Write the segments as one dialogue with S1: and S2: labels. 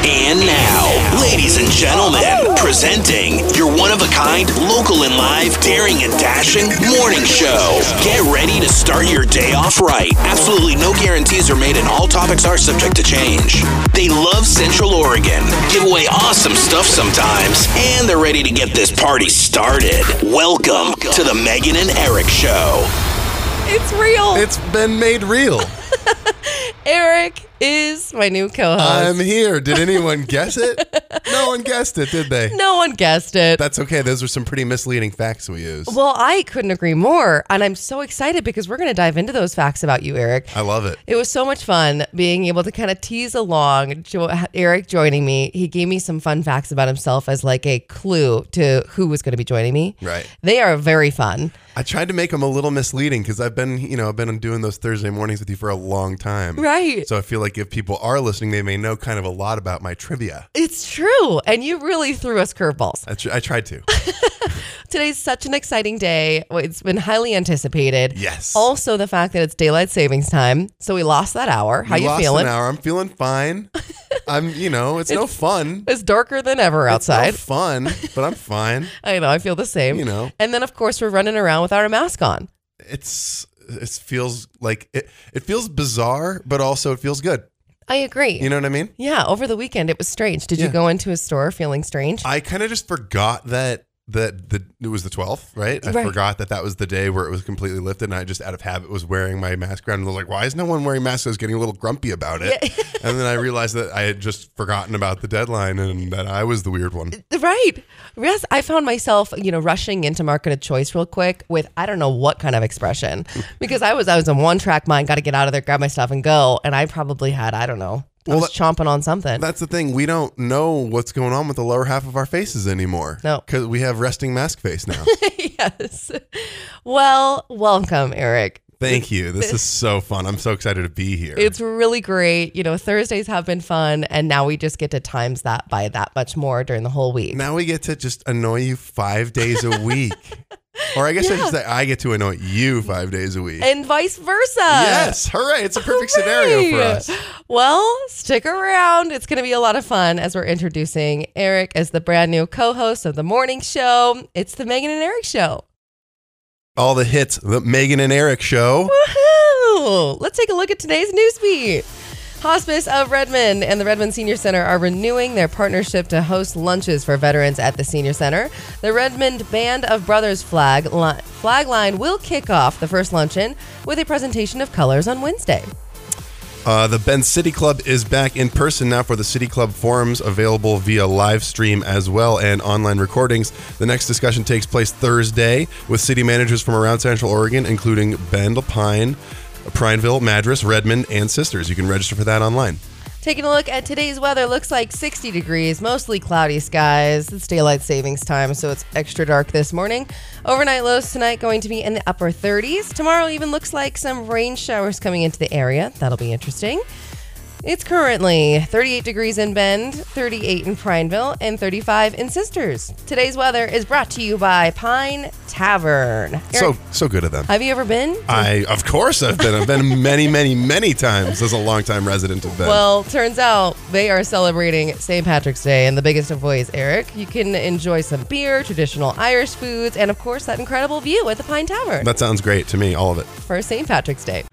S1: And now, ladies and gentlemen, presenting your one of a kind, local and live, daring and dashing morning show. Get ready to start your day off right. Absolutely no guarantees are made, and all topics are subject to change. They love Central Oregon, give away awesome stuff sometimes, and they're ready to get this party started. Welcome to the Megan and Eric Show.
S2: It's real.
S3: It's been made real.
S2: Eric is my new co-host.
S3: I'm here. Did anyone guess it? No one guessed it, did they?
S2: no one guessed it.
S3: That's okay. Those are some pretty misleading facts we use.
S2: well, I couldn't agree more, and I'm so excited because we're going to dive into those facts about you, Eric.
S3: I love it.
S2: It was so much fun being able to kind of tease along. Jo- Eric joining me, he gave me some fun facts about himself as like a clue to who was going to be joining me.
S3: Right.
S2: They are very fun.
S3: I tried to make them a little misleading because I've been, you know, I've been doing those Thursday mornings with you for a long time.
S2: Right.
S3: So I feel like if people are listening, they may know kind of a lot about my trivia.
S2: It's true, and you really threw us curveballs.
S3: I, tr- I tried to.
S2: Today's such an exciting day. It's been highly anticipated.
S3: Yes.
S2: Also, the fact that it's daylight savings time, so we lost that hour. How
S3: We
S2: you
S3: lost
S2: feeling?
S3: An hour. I'm feeling fine. I'm, you know, it's, no fun.
S2: It's darker than ever outside.
S3: No fun, but I'm fine.
S2: I know. I feel the same.
S3: You know.
S2: And then, of course, we're running around without our mask on.
S3: It's it feels like it. It feels bizarre, but also it feels good.
S2: I agree.
S3: You know what I mean?
S2: yeah. Over the weekend, it was strange. Did you
S3: Yeah.
S2: go into a store feeling strange?
S3: I kind of just forgot that that the it was the 12th, right? I
S2: Right.
S3: forgot that that was the day where it was completely lifted, and I just out of habit was wearing my mask around. And I was like, "Why is no one wearing masks?" I was getting a little grumpy about it, and then I realized that I had just forgotten about the deadline and that I was the weird one.
S2: Right. Yes, I found myself, you know, rushing into market of choice real quick with I don't know what kind of expression because I was I was in one track mind, got to get out of there, grab my stuff and go, and I probably had I don't know, I
S3: Well,
S2: was chomping on something.
S3: That's the thing. We don't know what's going on with the lower half of our faces anymore.
S2: No.
S3: because we have resting mask face now.
S2: yes. Well, welcome, Eric.
S3: Thank you. This is so fun. I'm so excited to be here.
S2: It's really great. You know, Thursdays have been fun, and now we just get to times that by that much more during the whole week.
S3: Now we get to just annoy you five days a week. or I guess I should say I get to annoy you five days a week.
S2: And vice versa.
S3: yes. Hooray. It's a perfect scenario for
S2: Hey.
S3: us.
S2: Well, stick around. It's going to be a lot of fun as we're introducing Eric as the brand new co host of the morning show. It's the Megan and Eric show.
S3: All the hits, the Megan and Eric show.
S2: Woohoo! Let's take a look at today's news feed. Hospice of Redmond and the Redmond Senior Center are renewing their partnership to host lunches for veterans at the Senior Center. The Redmond Band of Brothers flag, li- flag line will kick off the first luncheon with a presentation of colors on Wednesday.
S3: Uh, the Bend City Club is back in person now for the City Club forums, available via live stream as well and online recordings. The next discussion takes place Thursday with city managers from around Central Oregon, including Bend, Pine, Prineville, Madras, Redmond, and Sisters. You can register for that online.
S2: Taking a look at today's weather, looks like 60 degrees, mostly cloudy skies. It's daylight savings time, so it's extra dark this morning. Overnight lows tonight going to be in the upper 30s. Tomorrow even looks like some rain showers coming into the area. That'll be interesting. It's currently 38 degrees in Bend, 38 in Prineville, and 35 in Sisters. Today's weather is brought to you by Pine Tavern. Eric,
S3: So, so good of them.
S2: have you ever been?
S3: I of course I've been. I've been many, many, many times as a longtime resident of Bend.
S2: Well, turns out they are celebrating St. Patrick's Day in the biggest of ways, Eric. You can enjoy some beer, traditional Irish foods, and of course, that incredible view at the Pine Tower
S3: that sounds great to me, all of it.
S2: for St. Patrick's Day.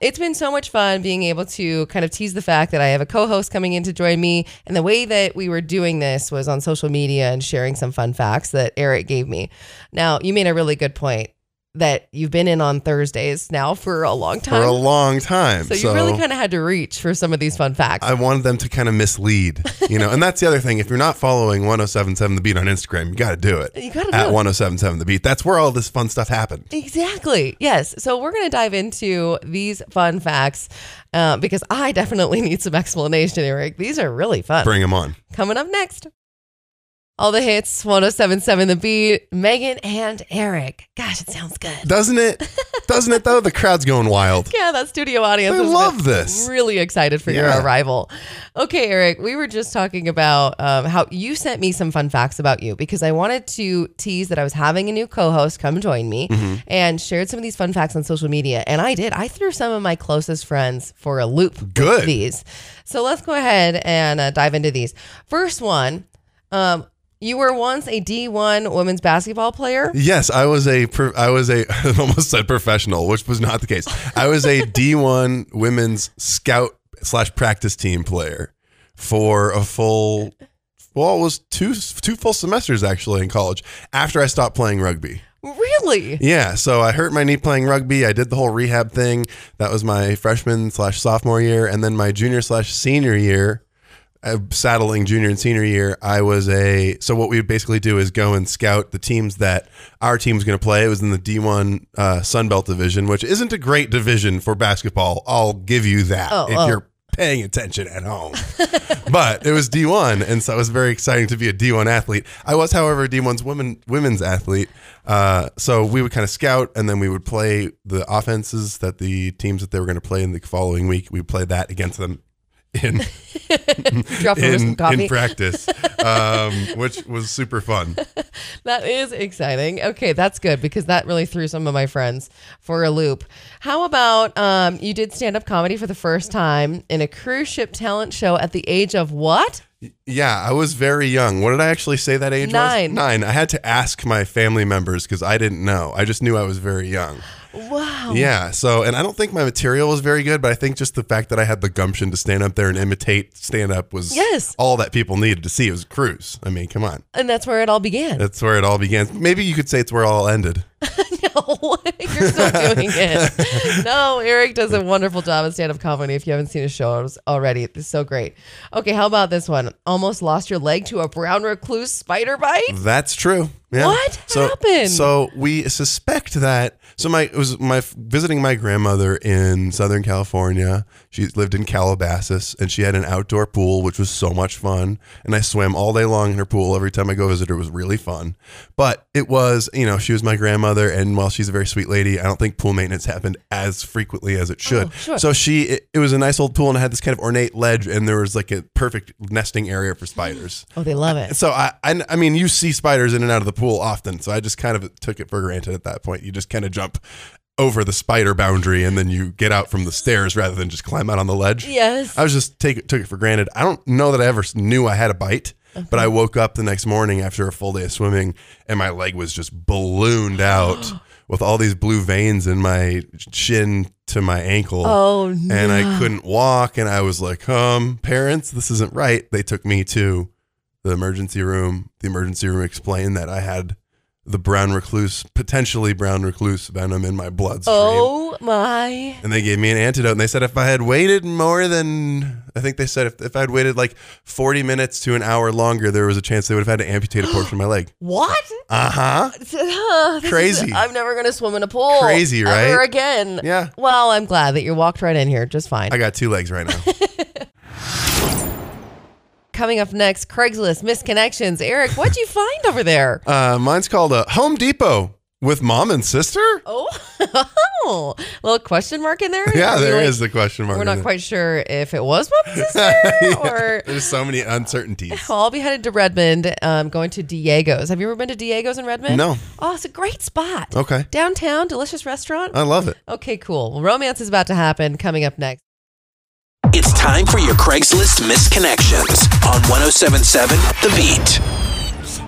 S2: It's been so much fun being able to kind of tease the fact that I have a co host coming in to join me. And the way that we were doing this was on social media and sharing some fun facts that Eric gave me. Now, you made a really good point that you've been in on Thursdays now for a long time.
S3: For a long time.
S2: So, you really kind of had to reach for some of these fun facts.
S3: I wanted them to kind of mislead, you know, and that's the other thing. If you're not following 1077 The Beat on Instagram, you got to do it.
S2: You gotta do
S3: At
S2: it.
S3: 1077 The Beat. That's where all this fun stuff happened.
S2: exactly. Yes. So we're going to dive into these fun facts uh, because I definitely need some explanation, Eric. These are really fun.
S3: Bring them on.
S2: Coming up next. All the hits, 1077 The Beat, Megan and Eric. Gosh, it sounds good.
S3: Doesn't it? Doesn't it though? The crowd's going wild.
S2: Yeah, that studio audience.
S3: They
S2: has
S3: love
S2: been
S3: this.
S2: Really excited for your
S3: Yeah.
S2: arrival. Okay, Eric, we were just talking about um, how you sent me some fun facts about you because I wanted to tease that I was having a new co-host come join me
S3: Mm-hmm.
S2: and shared some of these fun facts on social media, and I did. I threw some of my closest friends for a loop. with
S3: Good.
S2: these. So let's go ahead and uh, dive into these. First one. Um, you were once a D1 women's basketball player.
S3: Yes, I was a pro- I was a I almost said professional, which was not the case. I was a D1 women's scout slash practice team player for a full well, it was two two full semesters actually in college after I stopped playing rugby.
S2: Really?
S3: Yeah, so I hurt my knee playing rugby. I did the whole rehab thing. That was my freshman slash sophomore year, and then my junior slash senior year, uh, saddling junior and senior year. I was a so what we would basically do is go and scout the teams that our team's going to play. It was in the D one uh, Sunbelt division, which isn't a great division for basketball. I'll give you that
S2: Oh,
S3: if
S2: oh.
S3: you're paying attention at home. but it was D1, and so it was very exciting to be a D1 athlete. I was, however, D1's women women's athlete. Uh, so we would kind of scout, and then we would play the offenses that the teams that they were going to play in the following week. We would play that against them in
S2: Drop over some
S3: in,
S2: coffee.
S3: in practice, um, which was super fun.
S2: That is exciting. Okay, that's good because that really threw some of my friends for a loop. How about um, you did stand up comedy for the first time in a cruise ship talent show at the age of what?
S3: Yeah, I was very young. What did I actually say that age
S2: Nine.
S3: was? Nine. I had to ask my family members because I didn't know. I just knew I was very young.
S2: Wow.
S3: Yeah. So, and I don't think my material was very good, but I think just the fact that I had the gumption to stand up there and imitate stand up was
S2: Yes.
S3: all that people needed to see. It was Cruise. I mean, come on.
S2: And that's where it all began.
S3: That's where it all began. Maybe you could say it's where it all ended.
S2: no, you're still doing it. No, Eric does a wonderful job at stand up comedy. If you haven't seen his shows already, it's so great. Okay, how about this one? Almost lost your leg to a brown recluse spider bite?
S3: That's true. Yeah.
S2: What happened?
S3: So we suspect that. So my it was my visiting my grandmother in Southern California. She lived in Calabasas, and she had an outdoor pool, which was so much fun. And I swam all day long in her pool. Every time I go visit her, it was really fun. But it was, you know, she was my grandmother, and while she's a very sweet lady, I don't think pool maintenance happened as frequently as it should.
S2: Oh, sure.
S3: So she, it, it was a nice old pool, and it had this kind of ornate ledge, and there was like a perfect nesting area for spiders.
S2: Oh, they love it.
S3: So I, I, I mean, you see spiders in and out of the pool often. So I just kind of took it for granted at that point. You just kind of jump over the spider boundary and then you get out from the stairs rather than just climb out on the ledge.
S2: Yes.
S3: I was just take took it for granted. I don't know that I ever knew I had a bite, but I woke up the next morning after a full day of swimming and my leg was just ballooned out with all these blue veins in my shin to my ankle
S2: Oh, no.
S3: and I couldn't walk. And I was like, um, parents, this isn't right. They took me to the emergency room. The emergency room explained that I had the brown recluse, potentially brown recluse venom in my bloodstream.
S2: Oh my.
S3: And they gave me an antidote. And they said if I had waited more than, I think they said if, if I'd waited like 40 minutes to an hour longer, there was a chance they would have had to amputate a portion of my leg.
S2: What?
S3: Uh huh.
S2: This is-
S3: Crazy.
S2: I'm never going to swim in a pool.
S3: Crazy, right?
S2: Ever again.
S3: Yeah.
S2: Well, I'm glad that you walked right in here just fine.
S3: I got two legs right now.
S2: Coming up next, Craigslist misconnections. Eric, what'd you find over there?
S3: Uh, mine's called a Home Depot with mom and sister.
S2: Oh, oh, little question mark in there.
S3: Yeah,
S2: Are we
S3: there
S2: like-
S3: is the question mark.
S2: We're
S3: in
S2: not
S3: it.
S2: quite sure if it was mom and sister or.
S3: There's so many uncertainties.
S2: Well, I'll be headed to Redmond, um, going to Diego's. Have you ever been to Diego's in Redmond?
S3: No.
S2: Oh, it's a great spot.
S3: Okay. Uh.
S2: Downtown, delicious restaurant.
S3: I love it.
S2: Okay, cool. Well, romance is about to happen coming up next.
S1: It's time for your Craigslist misconnections on 1077 The Beat.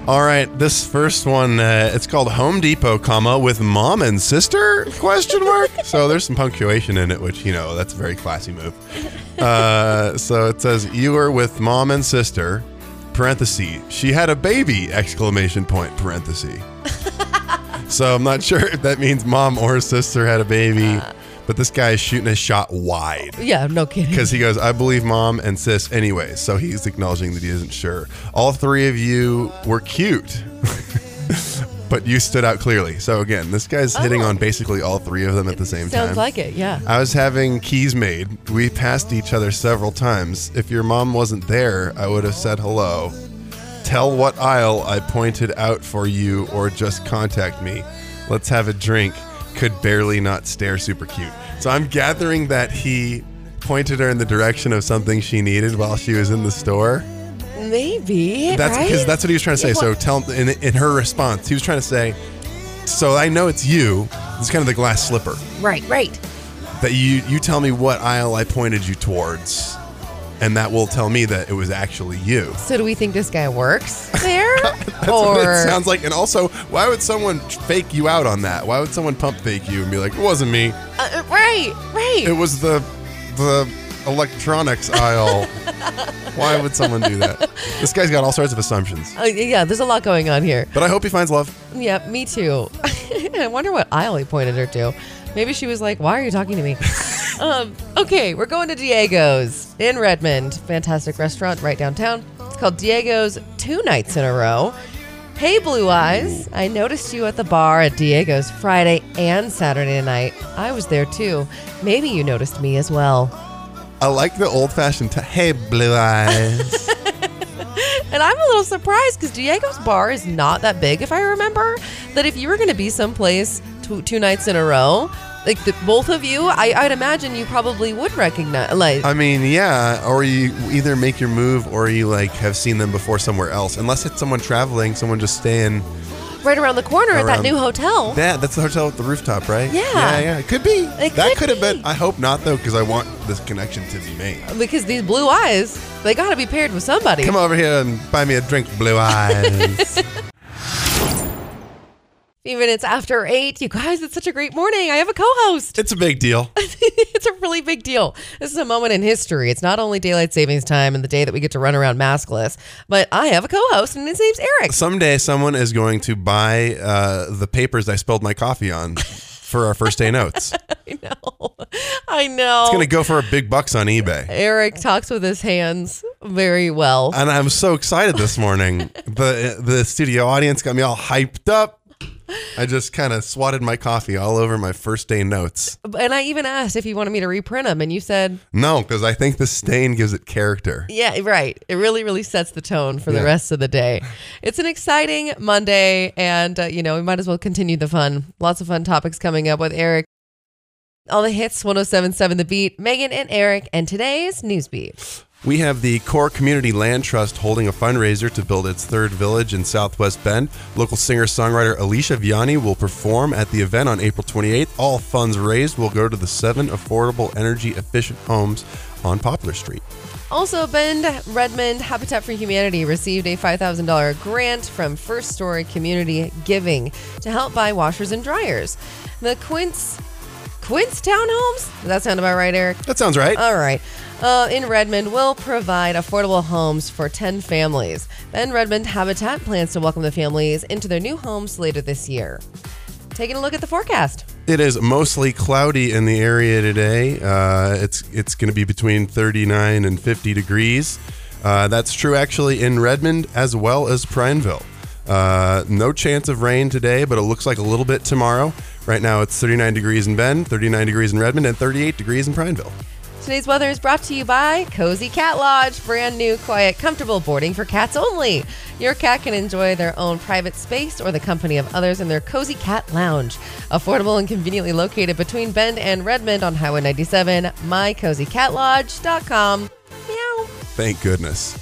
S3: All right, this first one uh, it's called Home Depot, comma with mom and sister question mark. so there's some punctuation in it, which you know that's a very classy move. Uh, so it says you were with mom and sister, parenthesis. She had a baby! Exclamation point parenthesis. so I'm not sure if that means mom or sister had a baby, but this guy is shooting a shot wide.
S2: Yeah, no kidding.
S3: Because he goes, I believe mom and sis anyway. So he's acknowledging that he isn't sure. All three of you were cute, but you stood out clearly. So again, this guy's hitting on basically all three of them at the same time.
S2: Oh. Sounds like it, yeah.
S3: I was having keys made. We passed each other several times. If your mom wasn't there, I would have said hello. Tell what aisle I pointed out for you, or just contact me. Let's have a drink. Could barely not stare. Super cute. So I'm gathering that he pointed her in the direction of something she needed while she was in the store.
S2: Maybe.
S3: That's
S2: right?
S3: because that's what he was trying to say. So tell in, in her response, he was trying to say, "So I know it's you. It's kind of the glass slipper
S2: right, right.
S3: that you you tell me what aisle I pointed you towards, and that will tell me that it was actually you."
S2: So do we think this guy works there?
S3: That's
S2: or
S3: what it sounds like. And also, why would someone fake you out on that? Why would someone pump fake you and be like, "It wasn't me.
S2: Uh, uh, right, right.
S3: It was the the electronics aisle." why would someone do that? This guy's got all sorts of assumptions.
S2: Uh, yeah, there's a lot going on here.
S3: But I hope he finds love.
S2: Yep, me too. I wonder what aisle he pointed her to. Maybe she was like, "Why are you talking to me?" um, okay, we're going to Diego's in Redmond. Fantastic restaurant right downtown. It's called Diego's two nights in a row. Hey, Blue Eyes, I noticed you at the bar at Diego's Friday and Saturday night. I was there too. Maybe you noticed me as well.
S3: I like the old fashioned. T- hey, blue eyes.
S2: And I'm a little surprised because Diego's bar is not that big, if I remember. That if you were going to be someplace two, two nights in a row, like the, both of you, I, I'd imagine you probably would recognize. Like,
S3: I mean, yeah. Or you either make your move, or you like have seen them before somewhere else. Unless it's someone traveling, someone just staying.
S2: right around the corner at that
S3: around-
S2: new hotel.
S3: Yeah, that's the hotel with the rooftop, right?
S2: Yeah.
S3: yeah, yeah. It could be.
S2: It
S3: that
S2: could
S3: could have
S2: be.
S3: been. I hope not though, because I want this connection to be made.
S2: because these blue eyes, they got to be paired with somebody.
S3: Come over here and buy me a drink, Blue Eyes.
S2: Few minutes after eight, you guys, it's such a great morning. I have a co-host.
S3: it's a big deal.
S2: it's a really big deal. This is a moment in history. It's not only daylight savings time and the day that we get to run around maskless, but I have a co-host, and his name's Eric.
S3: Someday, someone is going to buy uh, the papers I spilled my coffee on for our first day notes. It's
S2: I know. I know.
S3: gonna go for a big bucks on eBay.
S2: Eric talks with his hands very well.
S3: and I'm so excited this morning. the The studio audience got me all hyped up. I just kind of swatted my coffee all over my first day notes.
S2: and I even asked if you wanted me to reprint them, and you said,
S3: No, because I think the stain gives it character.
S2: Yeah, right. It really, really sets the tone for the
S3: Yeah.
S2: rest of the day. It's an exciting Monday, and, uh, you know, we might as well continue the fun. Lots of fun topics coming up with Eric. All the hits, 1077 The Beat, Megan and Eric, and today's News Beat.
S3: We have the Core Community Land Trust holding a fundraiser to build its third village in Southwest Bend. Local singer songwriter Alicia Viani will perform at the event on April 28th. All funds raised will go to the seven affordable, energy efficient homes on Poplar Street.
S2: Also, Bend Redmond Habitat for Humanity received a $5,000 grant from First Story Community Giving to help buy washers and dryers. The Quince, Quince Townhomes? Does that sound about right, Eric?
S3: That sounds right.
S2: All right. Uh, in Redmond, will provide affordable homes for 10 families. Then Redmond Habitat plans to welcome the families into their new homes later this year. Taking a look at the forecast.
S3: It is mostly cloudy in the area today. Uh, it's it's going to be between 39 and 50 degrees. Uh, that's true actually in Redmond as well as Prineville. Uh, no chance of rain today, but it looks like a little bit tomorrow. Right now it's 39 degrees in Bend, 39 degrees in Redmond, and 38 degrees in Prineville.
S2: Today's weather is brought to you by Cozy Cat Lodge, brand new, quiet, comfortable boarding for cats only. Your cat can enjoy their own private space or the company of others in their Cozy Cat Lounge. Affordable and conveniently located between Bend and Redmond on Highway 97, mycozycatlodge.com. Meow.
S3: Thank goodness.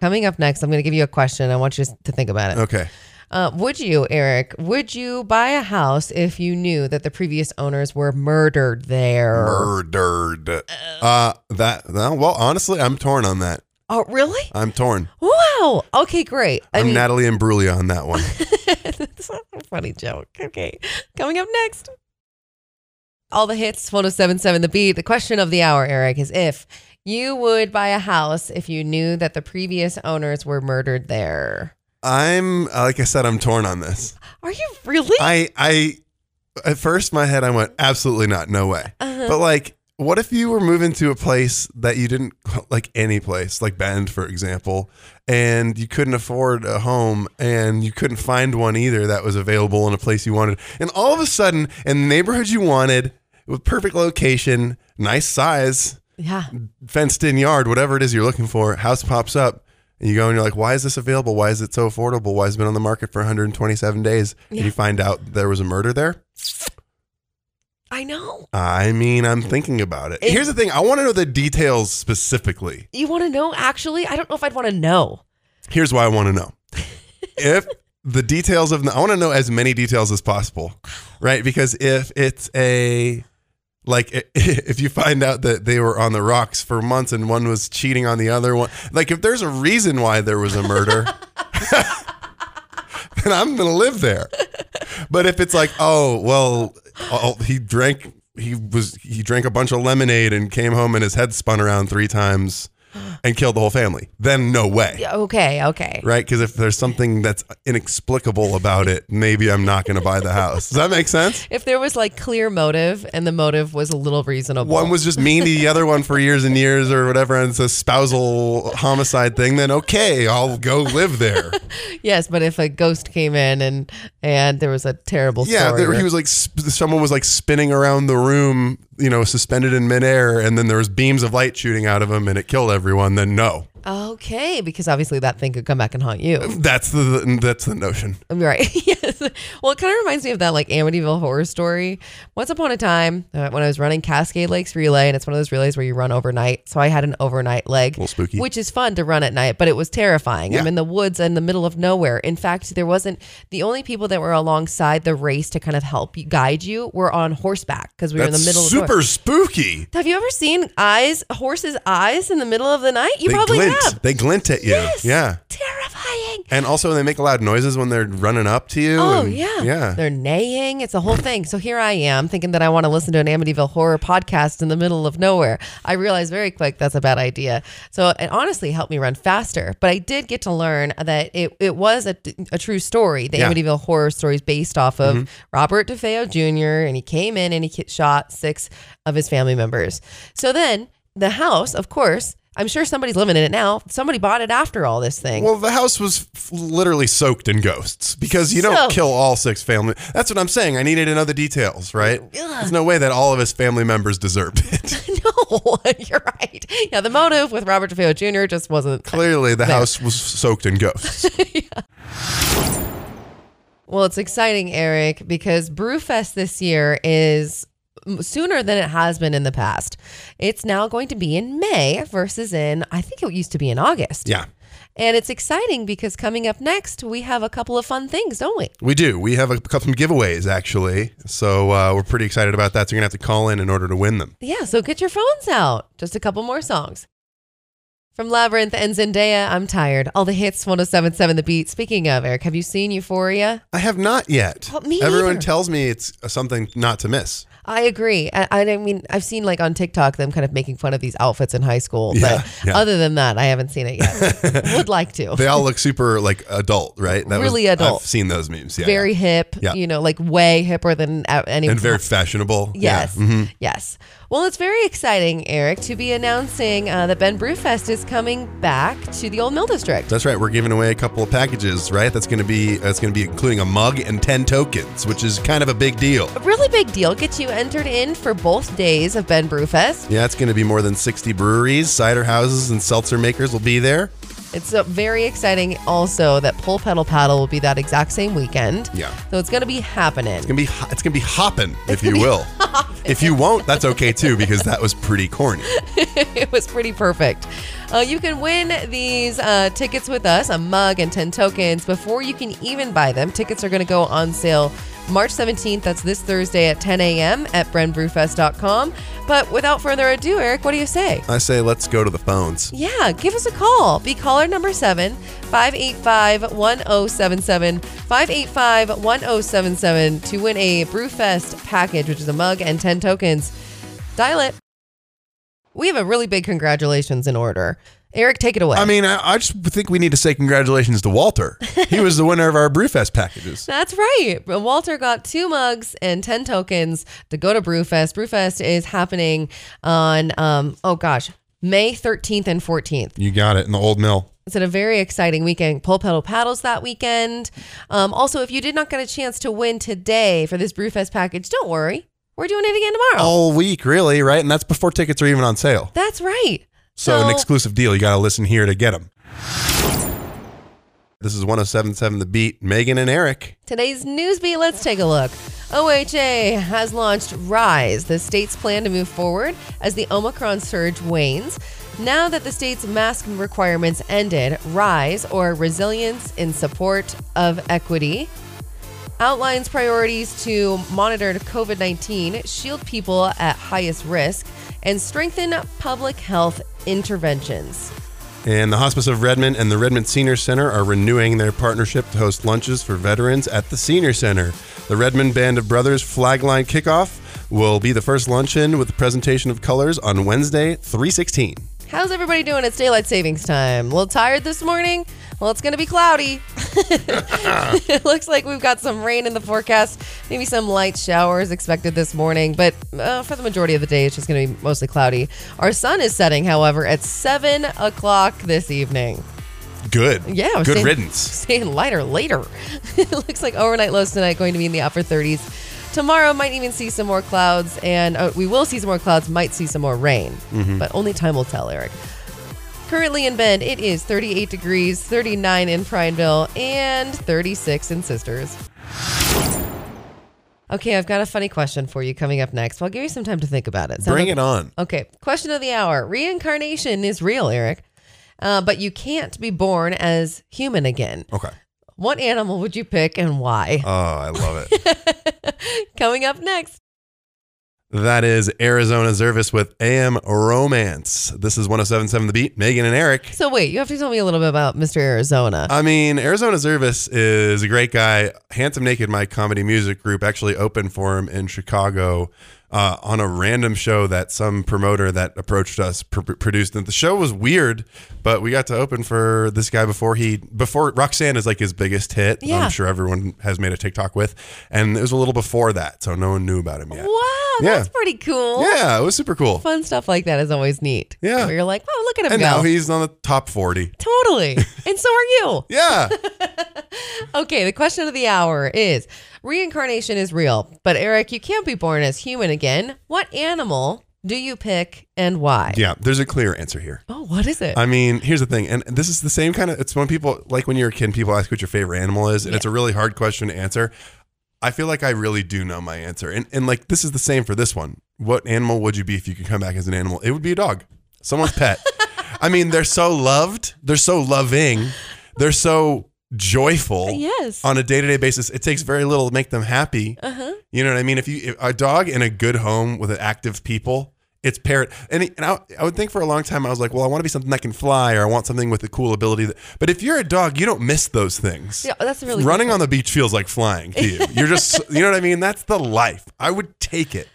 S2: Coming up next, I'm going to give you a question. I want you to think about it.
S3: Okay.
S2: Uh, would you, Eric, would you buy a house if you knew that the previous owners were murdered there?
S3: Murdered. Uh, that, that- well, honestly, I'm torn on that.
S2: oh, really?
S3: I'm torn.
S2: Wow. Okay, great. I
S3: I'm
S2: mean,
S3: Natalie Imbruglia on that one.
S2: that's not a funny joke. Okay. Coming up next. All the hits, 1077 The Beat. The question of the hour, Eric, is if you would buy a house if you knew that the previous owners were murdered there.
S3: I'm like I said, I'm torn on this.
S2: Are you really?
S3: I I at first my head I went absolutely not, no way. But like, what if you were moving to a place that you didn't like any place, like Bend for example, and you couldn't afford a home and you couldn't find one either that was available in a place you wanted, and all of a sudden in the neighborhood you wanted with perfect location, nice size,
S2: yeah.
S3: fenced in yard, whatever it is you're looking for, house pops up. And you go and you're like, why is this available? Why is it so affordable? Why has it been on the market for 127 days?
S2: Yeah.
S3: And you find out there was a murder there.
S2: I know.
S3: I mean, I'm thinking about it.
S2: It-
S3: Here's the thing I want to know the details specifically.
S2: You want to know? Actually, I don't know if I'd want to know.
S3: Here's why I want to know. if the details of I want to know as many details as possible, right? Because if it's a like i- if you find out that they were on the rocks for months and one was cheating on the other one, like if there's a reason why there was a murder, then I'm going to live there. But if it's like, "Oh, well, oh, he drank he was he drank a bunch of lemonade and came home and his head spun around 3 times and killed the whole family." Then no way
S2: Yeah, okay, okay.
S3: right? Because if there's something that's inexplicable about it, maybe I'm not going to buy the house. Does that make sense?
S2: If there was like clear motive and the motive was a little reasonable.
S3: One was just mean to the other one for years and years or whatever, and it's a spousal homicide thing, then okay, I'll go live there.
S2: yes, but if a ghost came in and and there was a terrible
S3: Yeah,
S2: story.
S3: there, he
S2: with-
S3: was like, sp- someone was like spinning around the room, you know, suspended in midair, and then there was beams of light shooting out of him, and it killed everyone. Then no,
S2: okay, because obviously that thing could come back and haunt you.
S3: that's the that's the notion.
S2: I'm right. yes. Well, it kind of reminds me of that like Amityville horror story. Once upon a time, uh, when I was running Cascade Lakes Relay, and it's one of those relays where you run overnight. So I had an overnight leg.
S3: little spooky.
S2: Which is fun to run at night, but it was terrifying. I'm
S3: Yeah.
S2: in the woods in the middle of nowhere. In fact, there wasn't the only people that were alongside the race to kind of help you guide you were on horseback because we were in the
S3: That's
S2: middle of nowhere.
S3: super spooky.
S2: Have you ever seen eyes, horses' eyes in the middle of the night? You
S3: They
S2: probably
S3: glint.
S2: have.
S3: They glint at you.
S2: Yes.
S3: Yeah.
S2: Terrifying.
S3: And also, they make loud noises when they're running up to you.
S2: Oh
S3: and-
S2: yeah.
S3: yeah.
S2: They're neighing. It's a whole thing. So here I am thinking that I want to listen to an Amityville horror podcast in the middle of nowhere. I realized very quick that's a bad idea. So it honestly helped me run faster. But I did get to learn that it, it was a, a true story. The
S3: Yeah. Mm-hmm.
S2: Amityville horror story is based off of Robert DeFeo Jr. and he came in and he ki- shot six of his family members. So then the house, of course, I'm sure somebody's living in it now. Somebody bought it after all this thing.
S3: Well, the house was f- literally soaked in ghosts because you don't
S2: Soaked.
S3: kill all six family. That's what I'm saying. I needed to know the details, right? There's no way that all of his family members deserved it.
S2: No, you're right. Yeah, the motive with Robert DeFeo Jr. just wasn't.
S3: Clearly, the house was soaked in ghosts.
S2: Well, it's exciting, Eric, because Brewfest this year is m- sooner than it has been in the past. It's now going to be in May versus in, I think it used to be in August.
S3: yeah.
S2: And it's exciting because coming up next, we have a couple of fun things, don't we?
S3: We do. We have a couple of giveaways, actually. So uh, we're pretty excited about that. So you're going to have to call in in order to win them.
S2: Yeah, so get your phones out. Just a couple more songs. From Labyrinth and Zendaya, I'm tired. All the hits, 1077 The Beat. Speaking of, Eric, have you seen Euphoria?
S3: I have not yet.
S2: Oh, me
S3: Everyone
S2: neither.
S3: tells me it's uh, something not to miss.
S2: I agree. I, I don't mean, I've seen like on TikTok them kind of making fun of these outfits in high school,
S3: Yeah,
S2: but
S3: yeah.
S2: other than that, I haven't seen it yet. Would like to.
S3: They all look super like adult, right? That
S2: Really adult.
S3: I've seen those memes. Yeah.
S2: very hip,
S3: Yeah.
S2: you know, like way hipper than a- any.
S3: and very fashionable.
S2: Yes,
S3: Yeah. Mhm.
S2: yes. Well, it's very exciting, Eric, to be announcing uh, that Ben Brewfest is coming back to the Old Mill District.
S3: That's right. We're giving away a couple of packages, right? That's going to be that's going to be including a mug and 10 tokens, which is kind of a big deal.
S2: A really big deal. Get you entered in for both days of Ben Brewfest.
S3: Yeah, it's going to be more than 60 breweries, cider houses, and seltzer makers will be there.
S2: It's uh, very exciting also that Pull Pedal Paddle will be that exact same weekend.
S3: Yeah.
S2: So it's going to be happening.
S3: It's going to be ho- it's going to be hopping, if you will. If you won't, that's okay too because that was pretty corny.
S2: it was pretty perfect. Uh, you can win these uh, tickets with us, a mug and 10 tokens, before you can even buy them. Tickets are going to go on sale March 17th. That's this Thursday at 10 a.m. at brenbrewfest.com. But without further ado, Eric, what do you say?
S3: I say let's go to the phones.
S2: Yeah, give us a call. Be caller number seven, 585 1077, 585 1077 to win a Brewfest package, which is a mug and 10 tokens. Dial it. We have a really big congratulations in order. Eric, take it away.
S3: I mean, I, I just think we need to say congratulations to Walter. He was the winner of our Brewfest packages.
S2: That's right. Walter got two mugs and 10 tokens to go to Brewfest. Brewfest is happening on, um, oh gosh, May 13th and 14th.
S3: You got it in the old mill.
S2: It's a very exciting weekend. Pole pedal paddles that weekend. Um, also, if you did not get a chance to win today for this Brewfest package, don't worry. We're doing it again tomorrow.
S3: All week, really, right? And that's before tickets are even on sale.
S2: That's right.
S3: So, an exclusive deal. You got to listen here to get them. This is 1077 The Beat, Megan and Eric.
S2: Today's news beat, let's take a look. OHA has launched RISE, the state's plan to move forward as the Omicron surge wanes. Now that the state's mask requirements ended, RISE, or Resilience in Support of Equity, outlines priorities to monitor COVID 19, shield people at highest risk, and strengthen public health interventions.
S3: And the Hospice of Redmond and the Redmond Senior Center are renewing their partnership to host lunches for veterans at the Senior Center. The Redmond Band of Brothers Flagline Kickoff will be the first luncheon with a presentation of colors on Wednesday, 316.
S2: How's everybody doing? It's daylight savings time. A little tired this morning? Well, it's going to be cloudy. it looks like we've got some rain in the forecast, maybe some light showers expected this morning, but uh, for the majority of the day, it's just going to be mostly cloudy. Our sun is setting, however, at 7 o'clock this evening.
S3: Good.
S2: Yeah, I was
S3: Good
S2: saying-
S3: riddance.
S2: Staying lighter later. it looks like overnight lows tonight going to be in the upper 30s. Tomorrow might even see some more clouds, and uh, we will see some more clouds, might see some more rain,
S3: Mm-hmm.
S2: but only time will tell, Eric. Currently in Bend, it is 38 degrees, 39 in Prineville, and 36 in Sisters. Okay, I've got a funny question for you coming up next. Well, I'll give you some time to think about it. Sound
S3: Bring
S2: okay?
S3: it on.
S2: Okay, question of the hour. Reincarnation is real, Eric, uh, but you can't be born as human again.
S3: Okay.
S2: What animal would you pick and why?
S3: Oh, I love it.
S2: Coming up next.
S3: that is Arizona Zervis with AM Romance. This is 1077 The Beat, Megan and Eric.
S2: So, wait, you have to tell me a little bit about Mr. Arizona.
S3: I mean, Arizona Zervis is a great guy. Handsome Naked, my comedy music group, actually opened for him in Chicago uh, on a random show that some promoter that approached us pr- pr- produced. And the show was weird, but we got to open for this guy before he before Roxanne is like his biggest hit. that
S2: Yeah.
S3: I'm sure everyone has made a TikTok with, and it was a little before that, so no one knew about him yet.
S2: wow,
S3: Yeah.
S2: that's pretty cool.
S3: Yeah, it was super cool.
S2: Fun stuff like that is always neat.
S3: Yeah.
S2: Where you're like, wow, look at him
S3: And
S2: go.
S3: now he's on the top forty.
S2: totally. and so are you.
S3: Yeah,
S2: Okay, the question of the hour is reincarnation is real, but Eric, you can't be born as human again. What animal do you pick and why?
S3: yeah. There's a clear answer here.
S2: Oh, what is it?
S3: I mean, here's the thing, and this is the same kind of. It's when people like when you're a kid, people ask what your favorite animal is, and it's a really hard question to answer. I feel like I really do know my answer, and and like this is the same for this one. What animal would you be if you could come back as an animal? It would be a dog, someone's pet. I mean, they're so loved, they're so loving, they're so joyful.
S2: Yes.
S3: On a day to day basis, it takes very little to make them happy.
S2: Uh-huh.
S3: You know what I mean? If you if a dog in a good home with active people, it's parrot. And, and I, I would think for a long time I was like, well, I want to be something that can fly, or I want something with a cool ability. That, but if you're a dog, you don't miss those things.
S2: Yeah, that's a really good
S3: running on the beach feels like flying to you. You're just, you know what I mean? That's the life. I would take it.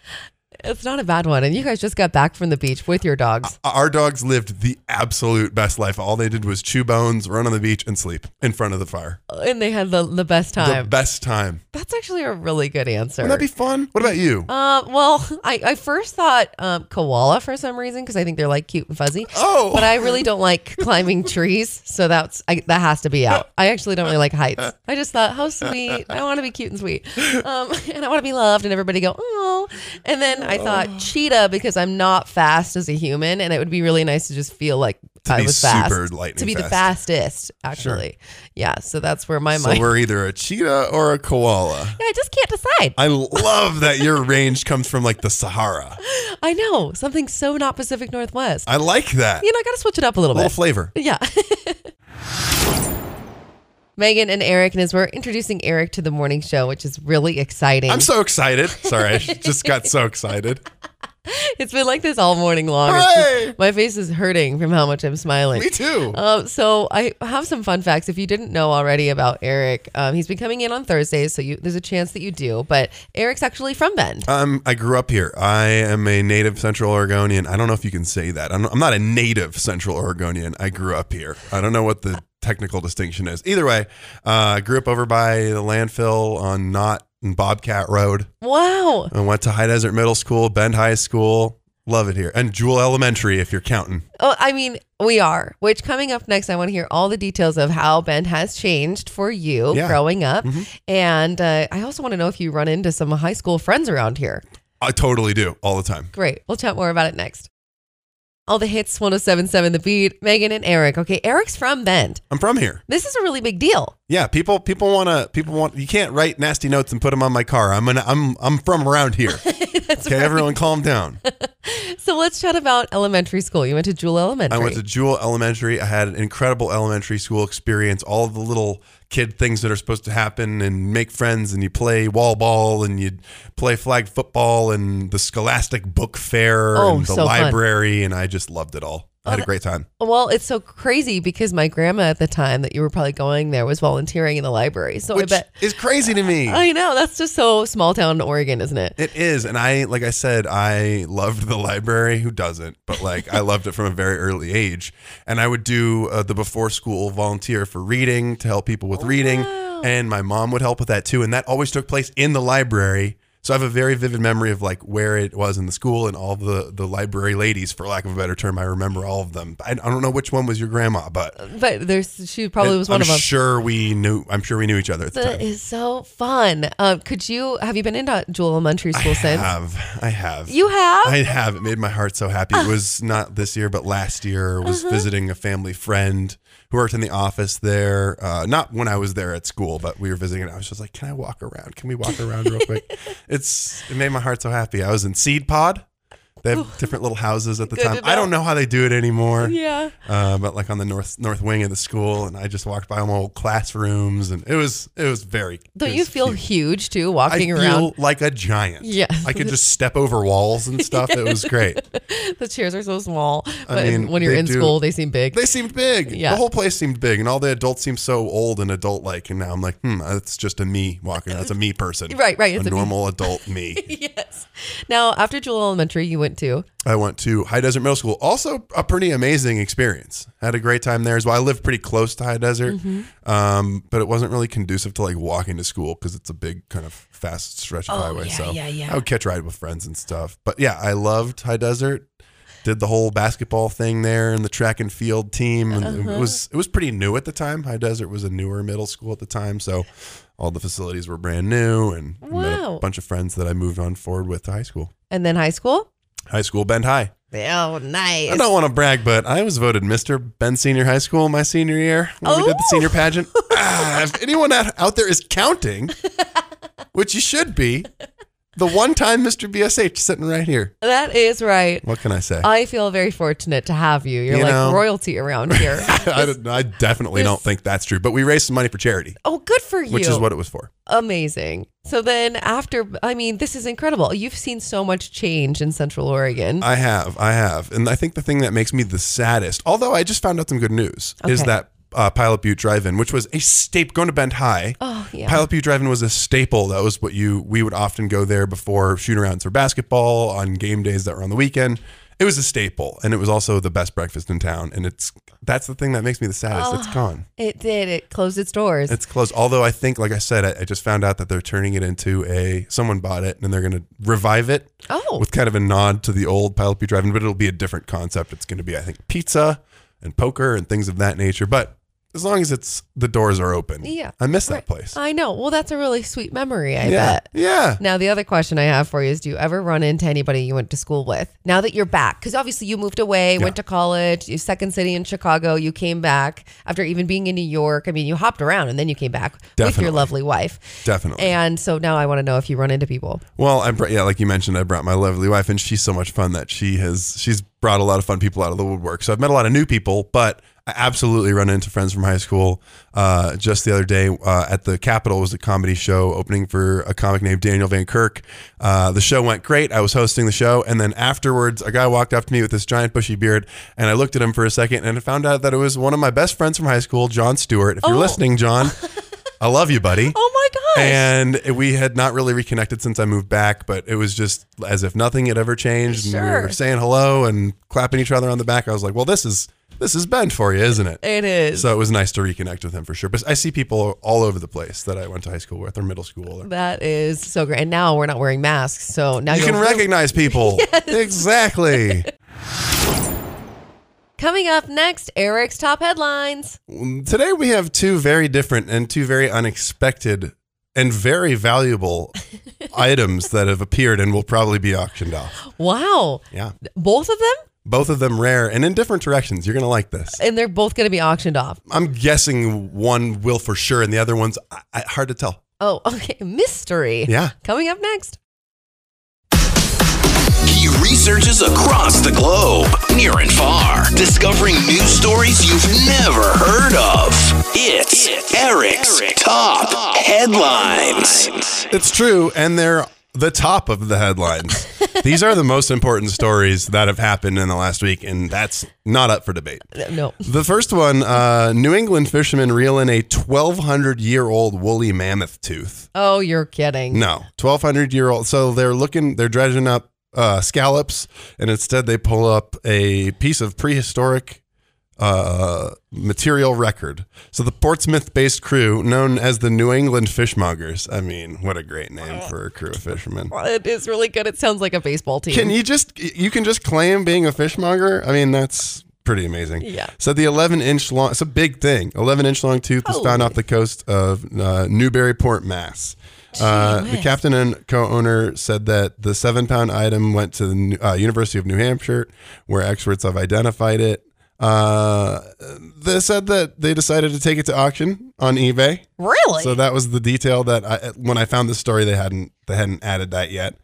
S2: It's not a bad one. And you guys just got back from the beach with your dogs.
S3: Uh, Our dogs lived the absolute best life. All they did was chew bones, run on the beach, and sleep in front of the fire.
S2: and they had the, the best
S3: The
S2: time.
S3: best time.
S2: That's actually a really good answer.
S3: Wouldn't that be fun? What about you?
S2: uh, well, I, I first thought um, koala for some reason because I think they're like cute and fuzzy.
S3: Oh.
S2: But I really don't like climbing trees, so that's I, that has to be out. I actually don't really like heights. I just thought how sweet. I want to be cute and sweet, um, and I want to be loved, and everybody go oh. And then I thought cheetah because I'm not fast as a human, and it would be really nice to just feel like I
S3: be
S2: was fast,
S3: super lightning
S2: to be the
S3: fast.
S2: fastest actually. Yeah, so that's where my
S3: so
S2: mind.
S3: we're either a cheetah or a koala.
S2: I just can't decide.
S3: I love that your range comes from like the Sahara.
S2: I know something so not Pacific Northwest.
S3: I like that.
S2: you know, I got to switch it up a little
S3: little
S2: bit.
S3: flavor.
S2: yeah. Megan and Eric, and as we're introducing Eric to the morning show, which is really exciting.
S3: I'm so excited. Sorry, I just got so excited.
S2: it's been like this all morning long. It's
S3: Hooray!
S2: just- my face is hurting from how much I'm smiling.
S3: Me too.
S2: Um, so I have some fun facts. If you didn't know already about Eric, um, he's been coming in on Thursdays, so you, there's a chance that you do. But Eric's actually from Bend.
S3: Um, I grew up here. I am a native Central Oregonian. I don't know if you can say that. I'm, I'm not a native Central Oregonian. I grew up here. I don't know what the technical distinction is. Either way, uh, I grew up over by the landfill on Knott and Bobcat Road.
S2: Wow.
S3: I went to High Desert Middle School, Bend High School. Love it here. And Jewel Elementary, if you're counting.
S2: Oh, I mean, we are. Which coming up next, I want to hear all the details of how Bend has changed for you
S3: Yeah. Mm-hmm.
S2: growing up, and uh, I also want to know if you run into some high school friends around here.
S3: I totally do all the time.
S2: Great, we'll chat more about it next. All the hits, 1077 The Beat, Megan and Eric. Okay, Eric's from Bend.
S3: I'm from here.
S2: This is a really big deal.
S3: Yeah, people people want to people want you can't write nasty notes and put them on my car. I'm gonna I'm I'm from around here. okay, everyone calm down.
S2: So let's chat about elementary school. You went to Jewel Elementary.
S3: I went to Jewel Elementary. I had an incredible elementary school experience. All of the little kid things that are supposed to happen and make friends and you play wall ball and you play flag football and the Scholastic Book Fair
S2: Oh,
S3: and the
S2: so fun. Oh,
S3: library and I just loved it all. I had a great time.
S2: Well, it's so crazy because my grandma at the time that you were probably going there was volunteering in the library. So
S3: Which
S2: I bet.
S3: is crazy to me.
S2: I know. That's just so small town Oregon, isn't it?
S3: It is, and I like I said, I loved the library. Who doesn't? But like, I loved it from a very early age, and I would do uh, the before school volunteer for reading to help people
S2: Oh,
S3: with reading, and my mom would help with that too, and that always took place in the library. So I have a very vivid memory of like where it was in the school and all the the library ladies, for lack of a better term. I remember all of them. I, I don't know which one was your grandma, but
S2: But there's she probably was one
S3: I'm
S2: of them.
S3: sure we knew. I'm sure we knew each other at the
S2: That
S3: time.
S2: is so fun. Um, could you have you been into Jewel Elementary School
S3: I
S2: since?
S3: have. I have.
S2: You have?
S3: I have. It made my heart so happy.
S2: Ah.
S3: It was not this year, but last year was
S2: Uh-huh.
S3: visiting a family friend who worked in the office there. Uh, not when I was there at school, but we were visiting and I was just like, Can I walk around? Can we walk around real quick? It's it made my heart so happy. I was in Seed Pod. They have different little houses at the
S2: Good
S3: time.
S2: to
S3: I don't know how they do it anymore.
S2: yeah.
S3: Uh, but like on the north north wing of the school, and I just walked by all my old classrooms, and it was it was very.
S2: Don't
S3: it
S2: you
S3: was
S2: feel
S3: cute.
S2: huge too
S3: I
S2: walking
S3: feel
S2: around?
S3: like a giant.
S2: Yes.
S3: I could just step over walls and stuff. It was great.
S2: The chairs are so small, but
S3: mean,
S2: when you're
S3: they
S2: in
S3: do-
S2: school, they seem big.
S3: They seemed big.
S2: Yeah.
S3: The whole place seemed big, and all the adults seemed so old and adult like. And now I'm like, hmm, that's just a me walking. That's a me person.
S2: Right, right, it's
S3: a
S2: a me.
S3: normal adult me.
S2: yes. Now, after Jewel Elementary, you went to
S3: I went to High Desert Middle School. Also, a pretty amazing experience. Had a great time there as well. I live pretty close to High Desert,
S2: Mm-hmm.
S3: um, but it wasn't really conducive to like walking to school because it's a big kind of fast stretch of highway.
S2: Oh, yeah,
S3: so
S2: yeah, yeah.
S3: I would catch a ride with friends and stuff. But yeah, I loved High Desert. Did the whole basketball thing there and the track and field team, and it
S2: Uh-huh.
S3: was it was pretty new at the time. High Desert was a newer middle school at the time, so all the facilities were brand new, and I met
S2: Wow.
S3: a bunch of friends that I moved on forward with to high school.
S2: and then high school.
S3: High school Bend High.
S2: Oh, nice.
S3: I don't want to brag, but I was voted Mr. Ben Senior High School my senior year when we did the
S2: Oh.
S3: senior pageant. ah, if anyone out, out there is counting, which you should be, the one time Mr. BSH sitting right here.
S2: That is right.
S3: What can I say?
S2: I feel very fortunate to have you. You're
S3: You
S2: like
S3: know-
S2: royalty around here.
S3: I, don't- I definitely don't think that's true, but we raised some money for charity,
S2: oh, good for you.
S3: which is what it was for.
S2: amazing. So then after I mean, this is incredible. You've seen so much change in Central Oregon.
S3: I have, I have, and I think the thing that makes me the saddest, although I just found out some good news, is
S2: Okay.
S3: that uh, Pilot Butte Drive-In, which was a staple, going to Bend High.
S2: oh, yeah.
S3: Pilot Butte Drive-In was a staple. That was what you we would often go there before shoot-arounds for basketball on game days that were on the weekend. It was a staple, and it was also the best breakfast in town. And it's that's the thing that makes me the saddest.
S2: Oh.
S3: It's gone.
S2: It did. It closed its doors.
S3: It's closed. Although I think, like I said, I, I just found out that they're turning it into a someone bought it and they're going to revive it
S2: Oh.
S3: with kind of a nod to the old Pilot Butte Drive-In, but it'll be a different concept. It's going to be, I think, pizza and poker and things of that nature. But as long as it's the doors are open,
S2: Yeah.
S3: I miss
S2: Right.
S3: that place.
S2: I know. Well, that's a really sweet memory, I
S3: yeah,
S2: bet.
S3: yeah.
S2: Now, the other question I have for you is do you ever run into anybody you went to school with now that you're back? Because obviously you moved away, went to college, you second city in Chicago, you came back after even being in New York. I mean, you hopped around and then you came back with
S3: Definitely.
S2: your lovely wife.
S3: Definitely.
S2: And so now I want to know if you run into people.
S3: Well, I brought, yeah, like you mentioned, I brought my lovely wife, and she's so much fun that she has she's brought a lot of fun people out of the woodwork. So I've met a lot of new people, but I absolutely run into friends from high school. Uh, just the other day uh, at the Capitol was a comedy show opening for a comic named Daniel Van Kirk. Uh, the show went great. I was hosting the show, and then afterwards, a guy walked up to me with this giant bushy beard, and I looked at him for a second, and I found out that it was one of my best friends from high school, John Stewart. If you're
S2: Oh.
S3: listening, John, I love you, buddy.
S2: Oh my gosh.
S3: And we had not really reconnected since I moved back, but it was just as if nothing had ever changed. And we
S2: Sure.
S3: were saying hello and clapping each other on the back. I was like, well, this is this is Ben for you, isn't it?
S2: it is.
S3: So it was nice to reconnect with him for sure. But I see people all over the place that I went to high school with or middle school. Or,
S2: that is so great. And now we're not wearing masks. So now
S3: you can
S2: you'll-
S3: recognize people. Exactly.
S2: Coming up next, Eric's top headlines.
S3: Today we have two very different and two very unexpected and very valuable items that have appeared and will probably be auctioned off.
S2: Wow.
S3: Yeah.
S2: Both of them?
S3: both of them rare and in different directions. You're going to like this.
S2: And they're both going to be auctioned off.
S3: I'm guessing one will for sure, and the other one's I, I, hard to tell.
S2: Oh, okay. Mystery.
S3: Yeah.
S2: Coming up next.
S1: He researches across the globe, near and far, discovering news stories you've never heard of. It's Eric's Top Headlines.
S3: It's true, and they're the top of the headlines. These are the most important stories that have happened in the last week, and that's not up for debate.
S2: No.
S3: The first one uh, New England fishermen reel in a 1,200 year old woolly mammoth tooth.
S2: Oh, you're kidding.
S3: No, 1,200 year old. So they're looking, they're dredging up uh, scallops, and instead they pull up a piece of prehistoric uh, material record. So the Portsmouth based crew, known as the New England Fishmongers, I mean, what a great name for a crew of fishermen.
S2: It is really good. It sounds like a baseball team.
S3: Can you just, you can just claim being a fishmonger? I mean, that's pretty amazing.
S2: Yeah.
S3: So the 11 inch long, it's a big thing. 11 inch long tooth was found
S2: Holy.
S3: off the coast of uh, Newburyport, Mass. Uh, the
S2: whiz.
S3: captain and co-owner said that the seven-pound item went to the New- uh, University of New Hampshire, where experts have identified it. Uh, they said that they decided to take it to auction on eBay.
S2: really?
S3: So that was the detail that I, when I found this story, they hadn't they hadn't added that yet.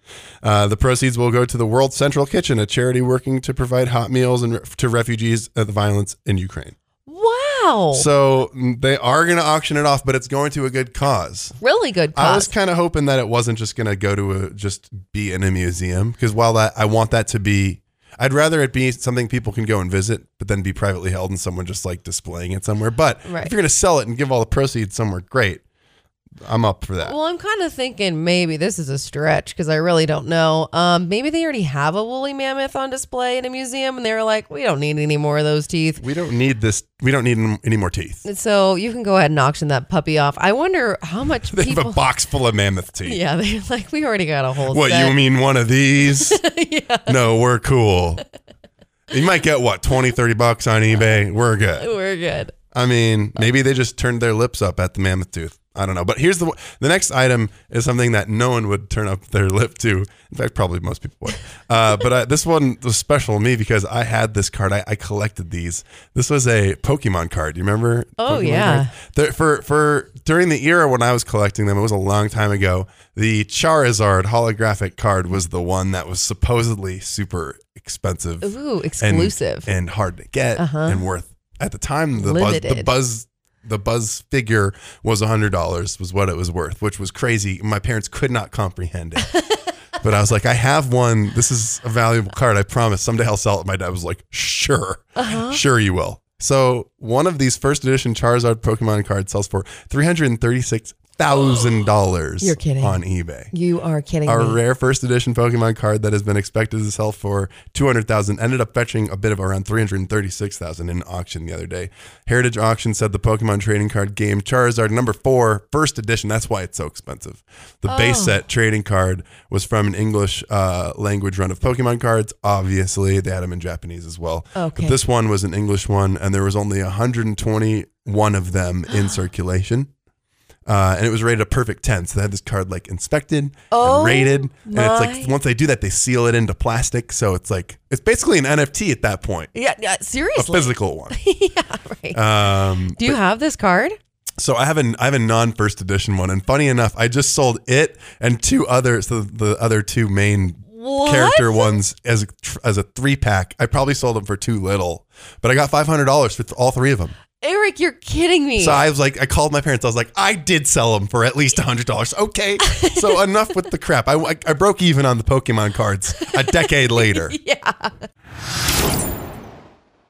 S3: Uh, the proceeds will go to the World Central Kitchen, a charity working to provide hot meals and to refugees of the violence in Ukraine.
S2: wow.
S3: So mm, they are going to auction it off, but it's going to a good cause.
S2: really good
S3: I was
S2: cause.
S3: kind of hoping that it wasn't just going to go to a just be in a museum because while that I want that to be. I'd rather it be something people can go and visit, but then be privately held and someone just like displaying it somewhere. But
S2: Right.
S3: if you're going to sell it and give all the proceeds somewhere, great. I'm up for that.
S2: well, I'm kind of thinking maybe this is a stretch because I really don't know. Um, maybe they already have a woolly mammoth on display in a museum, and they were like, "We don't need any more of those teeth."
S3: we don't need this. We don't need n- any more teeth.
S2: So you can go ahead and auction that puppy off. I wonder how much
S3: They have
S2: people.
S3: a box full of mammoth teeth.
S2: yeah, they're like, we already got a whole
S3: What
S2: set.
S3: you mean one of these? No, we're cool. You might get what 20, 30 bucks on eBay. We're good.
S2: We're good.
S3: I mean,
S2: Uh,
S3: maybe they just turned their lips up at the mammoth tooth. I don't know. But here's the the next item is something that no one would turn up their lip to. In fact, probably most people would. Uh, but uh, this one was special to me because I had this card. I, I collected these. This was a Pokemon card. You remember?
S2: Oh,
S3: Pokemon
S2: yeah.
S3: cards? There- for for during the era when I was collecting them, it was a long time ago. The Charizard holographic card was the one that was supposedly super expensive
S2: Ooh,
S3: and-
S2: exclusive. Uh-huh.
S3: and, hard to get and worth at the time the buzz, the
S2: Limited.
S3: buzz the buzz figure was hundred dollars was what it was worth, which was crazy. My parents could not comprehend it. but I was like, I have one. This is a valuable card. I promise. Someday I'll sell it. My dad was like, Sure,
S2: Uh-huh.
S3: sure you will. So one of these first edition Charizard Pokemon cards sells for three hundred and thirty six thousand dollars
S2: You're kidding.
S3: on eBay.
S2: you are kidding
S3: A
S2: me.
S3: rare first edition Pokemon card that has been expected to sell for 200,000 ended up fetching a bit of around 336,000 in an auction the other day. Heritage Auction said the Pokemon trading card game Charizard number 4 first edition, that's why it's so expensive. The base set trading card was from an English uh, language run of Pokemon cards, obviously. They had them in Japanese as well.
S2: Okay.
S3: But this one was an English one and there was only 121 of them in circulation uh, and it was rated a perfect 10. So they had this card like inspected
S2: Oh
S3: and rated. And it's like
S2: my-
S3: once they do that, they seal it into plastic. So it's like, it's basically an NFT at that point,
S2: yeah, yeah,
S3: a
S2: seriously.
S3: physical one.
S2: yeah, right.
S3: Um,
S2: Do you have this card?
S3: so I have, an, I have a non first edition one. And funny enough, I just sold it and two other, so the other two main
S2: What?
S3: character ones as a, tr- as a three pack. I probably sold them for too little, but I got $500 for th- all three of them.
S2: Eric, you're kidding me.
S3: So I was like, I called my parents. I was like, I did sell them for at least hundred dollars. Okay, so enough with the crap. I, I broke even on the Pokemon cards a decade later.
S2: yeah.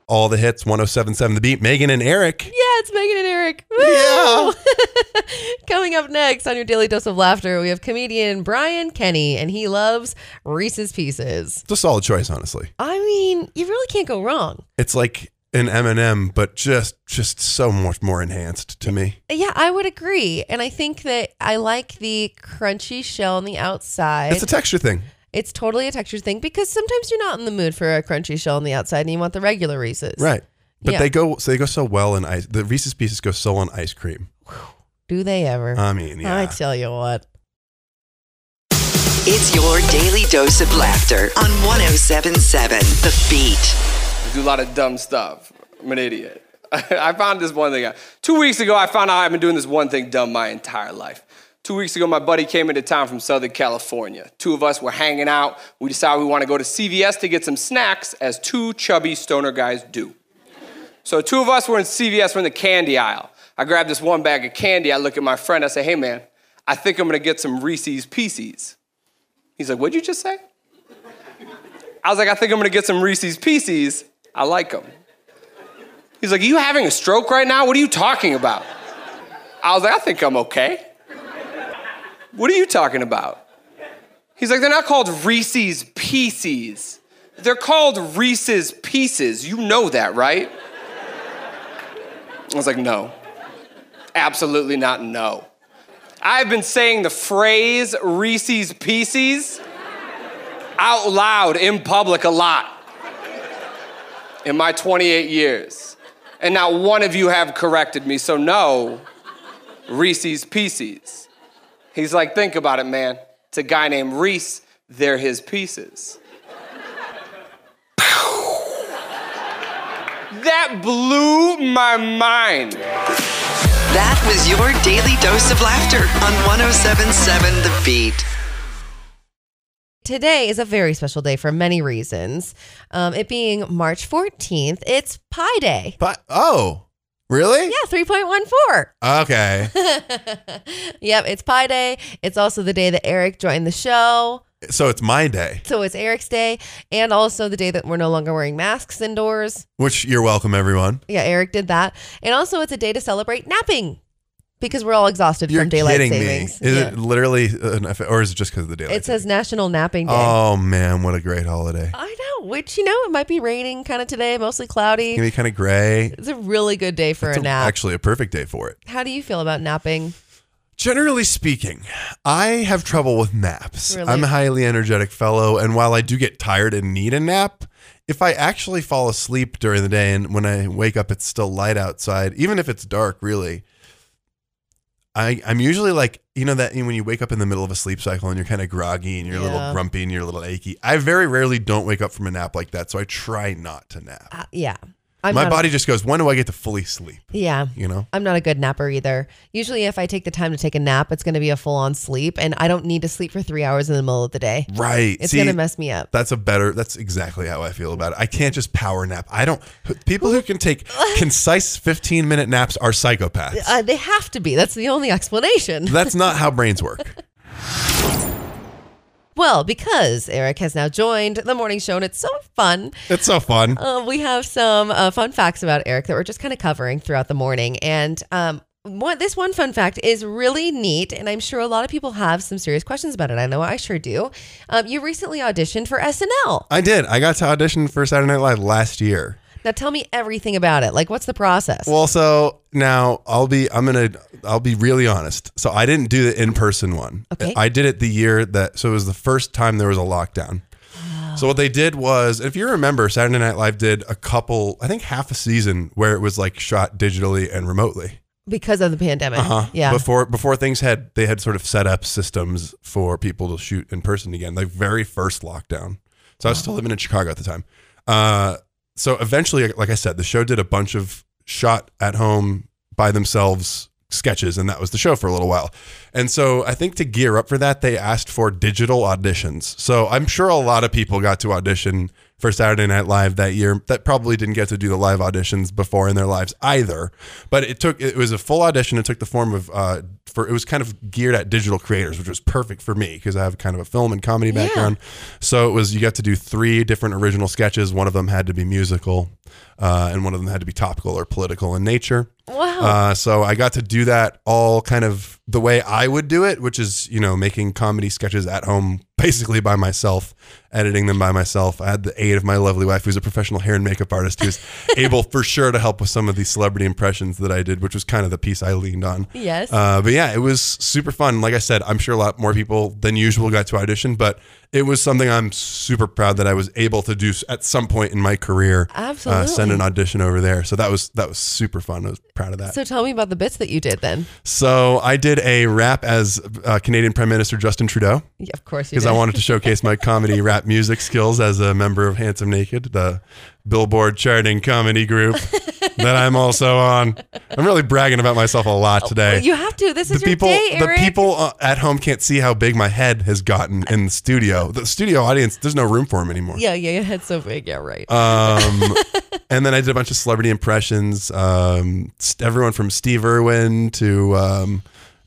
S3: All the hits, 107.7 The Beat, Megan and Eric. Ah,
S2: Yeah, it's Megan and Eric. Woo!
S3: Yeah.
S2: Coming up next on your Daily Dose of Laughter, we have comedian Brian Kenny, and he loves Reese's Pieces.
S3: It's a solid choice, honestly.
S2: I mean, you really can't go wrong.
S3: It's like an M&M, but just just so much more enhanced to me.
S2: Yeah, I would agree. And I think that I like the crunchy shell on the outside.
S3: It's a texture thing.
S2: It's totally a texture thing because sometimes you're not in the mood for a crunchy shell on the outside and you want the regular Reese's.
S3: Right. But
S2: Yeah.
S3: they go so they go so well in ice. The Reese's Pieces go so on ice cream.
S2: Do they ever?
S3: I mean, yeah.
S2: I tell you what.
S4: oh
S5: It's your daily dose of laughter on 1077 The Beat. I do a lot of dumb stuff. I'm an idiot. I found this one thing out. Two weeks ago, I found out I've been doing this one thing dumb my entire life. Two weeks ago, my buddy came into town from Southern California. Two of us were hanging out. We decided we want to go to CVS to get some snacks, as two chubby stoner guys do. So, two of us were in CVS, we're in the candy aisle. I grabbed this one bag of candy. I look at my friend. I say, hey, man, I think I'm going to get some Reese's Pieces. He's like, what'd you just say? I was like, I think I'm gonna get some Reese's Pieces. I like them. He's like, Are you having a stroke right now? What are you talking about? I was like, I think I'm okay. What are you talking about? He's like, They're not called Reese's Pieces. They're called Reese's Pieces. You know that, right? I was like, No. Absolutely not, no. I've been saying the phrase Reese's Pieces out loud in public a lot in my 28 years. And not one of you have corrected me, so no, Reese's Pieces. He's like, think about it, man. It's a guy named Reese, they're his pieces. that blew my mind.
S4: That was your daily dose of laughter on 1077 The Beat.
S2: Today is a very special day for many reasons. Um, it being March 14th, it's Pi Day.
S3: But oh, really?
S2: Yeah, 3.14.
S3: Okay.
S2: Yep, it's Pi Day. It's also the day that Eric joined the show.
S3: so it's my day,
S2: So it's Eric's day and also the day that we're no longer wearing masks indoors.
S3: which you're welcome, everyone.
S2: Yeah, Eric did that. And also it's a day to celebrate napping because we're all exhausted
S3: You're
S2: from daylight
S3: kidding
S2: savings.
S3: me. Is
S2: Yeah.
S3: it literally, uh, an, eff- or is it just because of the daylight?
S2: It says National Napping Day.
S3: Oh man, what a great holiday!
S2: I know, which you know, it might be raining kind of today, mostly cloudy.
S3: It's gonna be kind of gray.
S2: It's a really good day for a
S3: It's a-
S2: nap.
S3: Actually, a perfect day for it.
S2: How do you feel about napping?
S3: Generally speaking, I have trouble with naps.
S2: Really?
S3: I'm a highly energetic fellow, and while I do get tired and need a nap, if I actually fall asleep during the day and when I wake up, it's still light outside, even if it's dark, really. I, I'm usually like, you know, that when you wake up in the middle of a sleep cycle and you're kind of groggy and you're a little
S2: Yeah.
S3: grumpy and you're a little achy. I very rarely don't wake up from a nap like that. So I try not to nap.
S2: Uh, yeah. I'm
S3: My
S2: not
S3: body just goes, when do I get to fully sleep?
S2: A, yeah.
S3: You know?
S2: I'm not a good napper either. Usually, if I take the time to take a nap, it's going to be a full on sleep, and I don't need to sleep for three hours in the middle of the day.
S3: Right.
S2: It's
S3: See,
S2: going to mess me up.
S3: That's a better. That's exactly how I feel about it. I can't just power nap. I don't. People who can take concise 15 minute naps are psychopaths.
S2: Uh, they have to be. That's the only explanation.
S3: That's not how brains work.
S2: Well, because Eric has now joined the morning show, and it's so fun.
S3: It's so fun.
S2: Uh, we have some uh, fun facts about Eric that we're just kind of covering throughout the morning. And um, one, this one fun fact is really neat, and I'm sure a lot of people have some serious questions about it. I know I sure do. Um, you recently auditioned for SNL.
S3: I did. I got to audition for Saturday Night Live last year.
S2: Now, tell me everything about it. Like, what's the process?
S3: Well, so now I'll be. I'm gonna. I'll be really honest. So I didn't do the in person one.
S2: Okay.
S3: I did it the year that. So it was the first time there was a lockdown. So what they did was, if you remember, Saturday Night Live did a couple, I think half a season where it was like shot digitally and remotely.
S2: because of the pandemic.
S3: Uh-huh.
S2: Yeah.
S3: Before before things had they had sort of set up systems for people to shoot in person again. The very first lockdown. So I was still living in Chicago at the time. Uh, so eventually, like I said, the show did a bunch of shot at home by themselves sketches, and that was the show for a little while. And so I think to gear up for that, they asked for digital auditions. So I'm sure a lot of people got to audition for Saturday Night Live that year that probably didn't get to do the live auditions before in their lives either. But it took it was a full audition. It took the form of uh, for it was kind of geared at digital creators, which was perfect for me because I have kind of a film and comedy background. So it was you got to do three different original sketches. One of them had to be musical, uh, and one of them had to be topical or political in nature.
S2: Wow.
S3: Uh, so I got to do that all kind of the way I would do it, which is, you know, making comedy sketches at home basically by myself, editing them by myself. I had the aid of my lovely wife, who's a professional hair and makeup artist, who's able for sure to help with some of these celebrity impressions that I did, which was kind of the piece I leaned on.
S2: Yes.
S3: Uh, but yeah, it was super fun. Like I said, I'm sure a lot more people than usual got to audition, but it was something I'm super proud that I was able to do s- at some point in my career. Uh, send
S2: Absolutely.
S3: an audition over there. So that was that was super fun. I was proud of that.
S2: so tell me about the bits that you did then.
S3: So I did a rap as uh, Canadian Prime Minister Justin Trudeau
S2: Yeah, of course you
S3: because
S2: did.
S3: I wanted to showcase my comedy rap music skills as a member of Handsome Naked, the Billboard charting comedy group that I'm also on. I'm really bragging about myself a lot today.
S2: You have to. This is your day,
S3: the
S2: Eric.
S3: people uh, at home can't see how big my head has gotten in the studio. The studio audience, there's no room for him anymore.
S2: Yeah, yeah, your head's so big. Yeah, right.
S3: Um, and then I did a bunch of celebrity impressions. Um, st- everyone from Steve Irwin to um,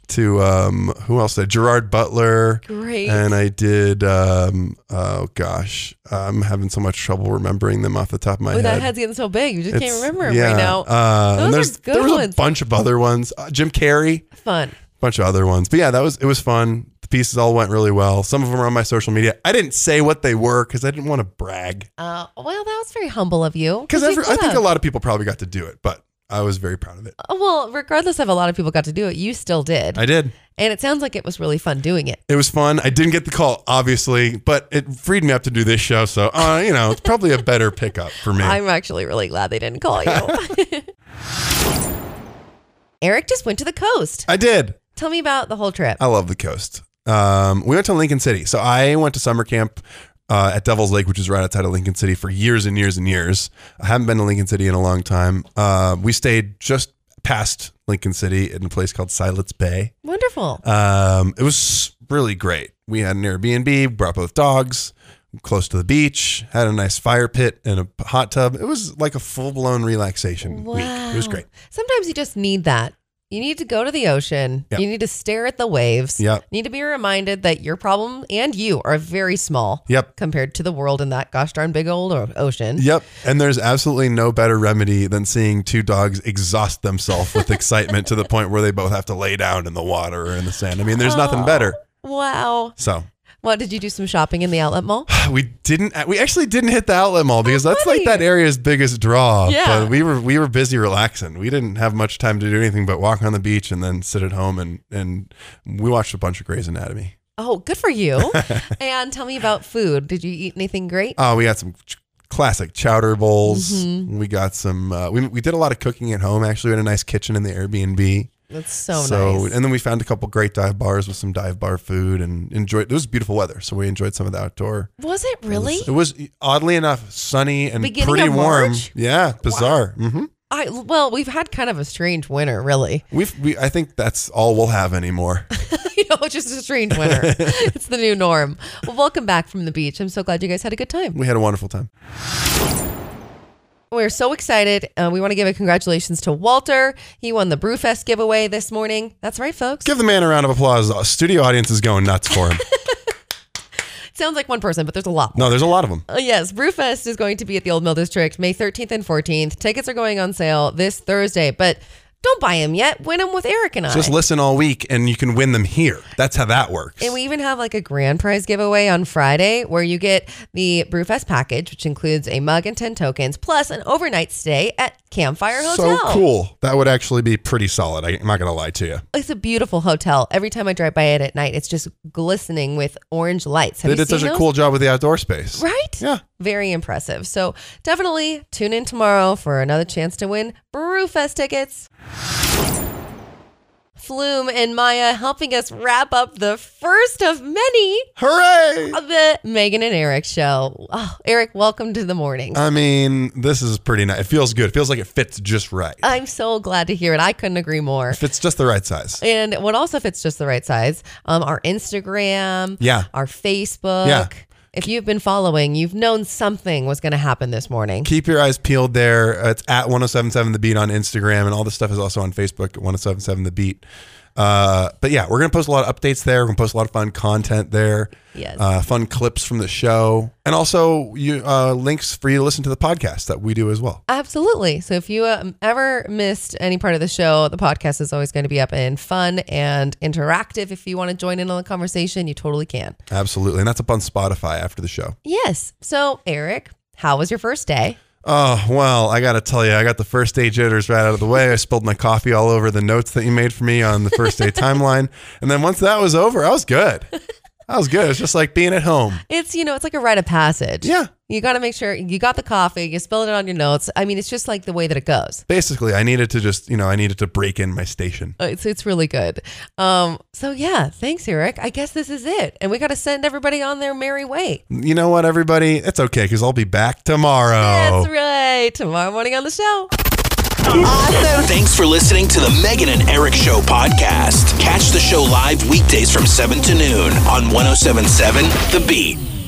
S3: to um, who else? Did I- Gerard Butler.
S2: Great.
S3: And I did. Um, oh gosh, I'm having so much trouble remembering them off the top of my
S2: oh,
S3: head.
S2: that head's getting so big. You just can't
S3: It's-
S2: remember 'em
S3: yeah.
S2: right now.
S3: Uh,
S2: Those
S3: and there's-
S2: are good
S3: there was
S2: ones.
S3: a bunch of other ones. Uh, Jim Carrey
S2: Fun.
S3: bunch of other ones. But yeah, that was it was fun. The pieces all went really well. Some of them are on my social media. I didn't say what they were because I didn't want to brag.
S2: Uh, well, that was very humble of you.
S3: Because
S2: You
S3: I
S2: could
S3: think
S2: have.
S3: a lot of people probably got to do it, but I was very proud of it.
S2: Uh, Well, regardless of a lot of people got to do it, you still did,
S3: I did.
S2: and it sounds like it was really fun doing it.
S3: It was fun. I didn't get the call, obviously, but it freed me up to do this show. So, uh, you know, it's probably a better pickup for me.
S2: I'm actually really glad they didn't call you. Eric just went to the coast.
S3: I did.
S2: Tell me about the whole trip.
S3: I love the coast. Um, we went to Lincoln City. So I went to summer camp uh, at Devil's Lake, which is right outside of Lincoln City, for years and years and years. I haven't been to Lincoln City in a long time. Uh, we stayed just past Lincoln City in a place called Silence Bay.
S2: Wonderful.
S3: Um, it was really great. We had an Airbnb, brought both dogs, close to the beach, had a nice fire pit and a hot tub. It was like a full blown relaxation week. It was
S2: Wow.
S3: great.
S2: Sometimes you just need that. You need to go to the ocean.
S3: Yep.
S2: You need to stare at the waves.
S3: Yep.
S2: You need to be reminded that your problem and you are very small
S3: Yep.
S2: compared to the world in that gosh darn big old o- ocean.
S3: Yep. And there's absolutely no better remedy than seeing two dogs exhaust themselves with excitement to the point where they both have to lay down in the water or in the sand. I mean, there's nothing better.
S2: Wow.
S3: So
S2: What did you do? Some shopping in the outlet mall?
S3: we didn't, uh, we actually didn't hit the outlet mall because that's
S2: funny.
S3: like that area's biggest draw.
S2: Yeah.
S3: But we were, we were busy relaxing. We didn't have much time to do anything but walk on the beach and then sit at home and, and we watched a bunch of Grey's Anatomy.
S2: Oh, good for you. and tell me about food. Did you eat anything great?
S3: Oh, we got some ch- classic chowder bowls.
S2: Mm-hmm.
S3: We got some, uh, we, we did a lot of cooking at home. Actually, we had a nice kitchen in the Airbnb.
S2: That's so, Oh, nice.
S3: and then we found a couple great dive bars with some dive bar food and enjoyed. It was beautiful weather, so we enjoyed some of the outdoor.
S2: Was it really?
S3: It was oddly enough sunny and
S2: Beginning
S3: pretty
S2: of
S3: warm.
S2: March?
S3: Yeah, bizarre. hmm
S2: I well, we've had kind of a strange winter, really.
S3: We've, we, I think that's all we'll have anymore.
S2: you know, it's just a strange winter. it's the new norm. Well, welcome back from the beach. I'm so glad you guys had a good time.
S3: we had a wonderful time.
S2: We're so excited. Uh, we want to give a congratulations to Walter. He won the Brewfest giveaway this morning. That's right, folks.
S3: Give the man a round of applause. The studio audience is going nuts for him.
S2: Sounds like one person, but there's a lot.
S3: no, there's a lot of them.
S2: Uh, yes, Brewfest is going to be at the Old Mill District May 13th and 14th. Tickets are going on sale this Thursday, but don't buy them yet. Win them with Eric and I.
S3: Just listen all week, and you can win them here. That's how that works.
S2: And we even have like a grand prize giveaway on Friday where you get the Brewfest package, which includes a mug and 10 tokens, plus an overnight stay at Campfire
S3: so
S2: Hotel.
S3: cool. That would actually be pretty solid. I, I'm not going to lie to you.
S2: It's a beautiful hotel. Every time I drive by it at night, it's just glistening with orange lights. Have
S3: They
S2: you
S3: did
S2: seen
S3: such a
S2: those?
S3: cool job with the outdoor space.
S2: Right?
S3: Yeah.
S2: Very impressive. So definitely tune in tomorrow for another chance to win Brewfest tickets. Flume and Maya helping us wrap up the first of many
S3: Hooray!
S2: of the Megan and Eric show. Oh, Eric, welcome to the morning.
S3: I mean, this is pretty nice. It feels good. It feels like it fits just right.
S2: I'm so glad to hear it. I couldn't agree more.
S3: fits just the right size.
S2: And what also fits just the right size, um, our Instagram,
S3: Yeah.
S2: our Facebook.
S3: Yeah.
S2: If you've been following, you've known something was going to happen this morning.
S3: Keep your eyes peeled there. Uh, It's at 1077 The Beat on Instagram, and all this stuff is also on Facebook at 1077 The Beat. Uh, but yeah, we're going to post a lot of updates there. We're going to post a lot of fun content there.
S2: Yes.
S3: Uh, fun clips from the show. And also you uh, links for you to listen to the podcast that we do as well.
S2: Absolutely. So if you um, ever missed any part of the show, the podcast is always going to be up and fun and interactive. If you want to join in on the conversation, you totally can.
S3: Absolutely. And that's up on Spotify after the show.
S2: Yes. So, Eric, how was your first day?
S3: Oh, well, I got to tell you, I got the first day jitters right out of the way. I spilled my coffee all over the notes that you made for me on the first day timeline. And then once that was over, I was good. That was good. It's just like being at home.
S2: It's you know, it's like a rite of passage.
S3: Yeah.
S2: You got to make sure you got the coffee. You spilled it on your notes. I mean, it's just like the way that it goes.
S3: Basically, I needed to just, you know, I needed to break in my station.
S2: Uh, It's it's really good. Um. So yeah, thanks, Eric. I guess this is it, and we got to send everybody on their merry way.
S3: You know what, everybody? It's okay because I'll be back tomorrow.
S2: That's right. Tomorrow morning on the show.
S1: Thanks for listening to the Megan and Eric Show podcast. Catch oh the show live weekdays from 7 to noon on 1077 The Beat.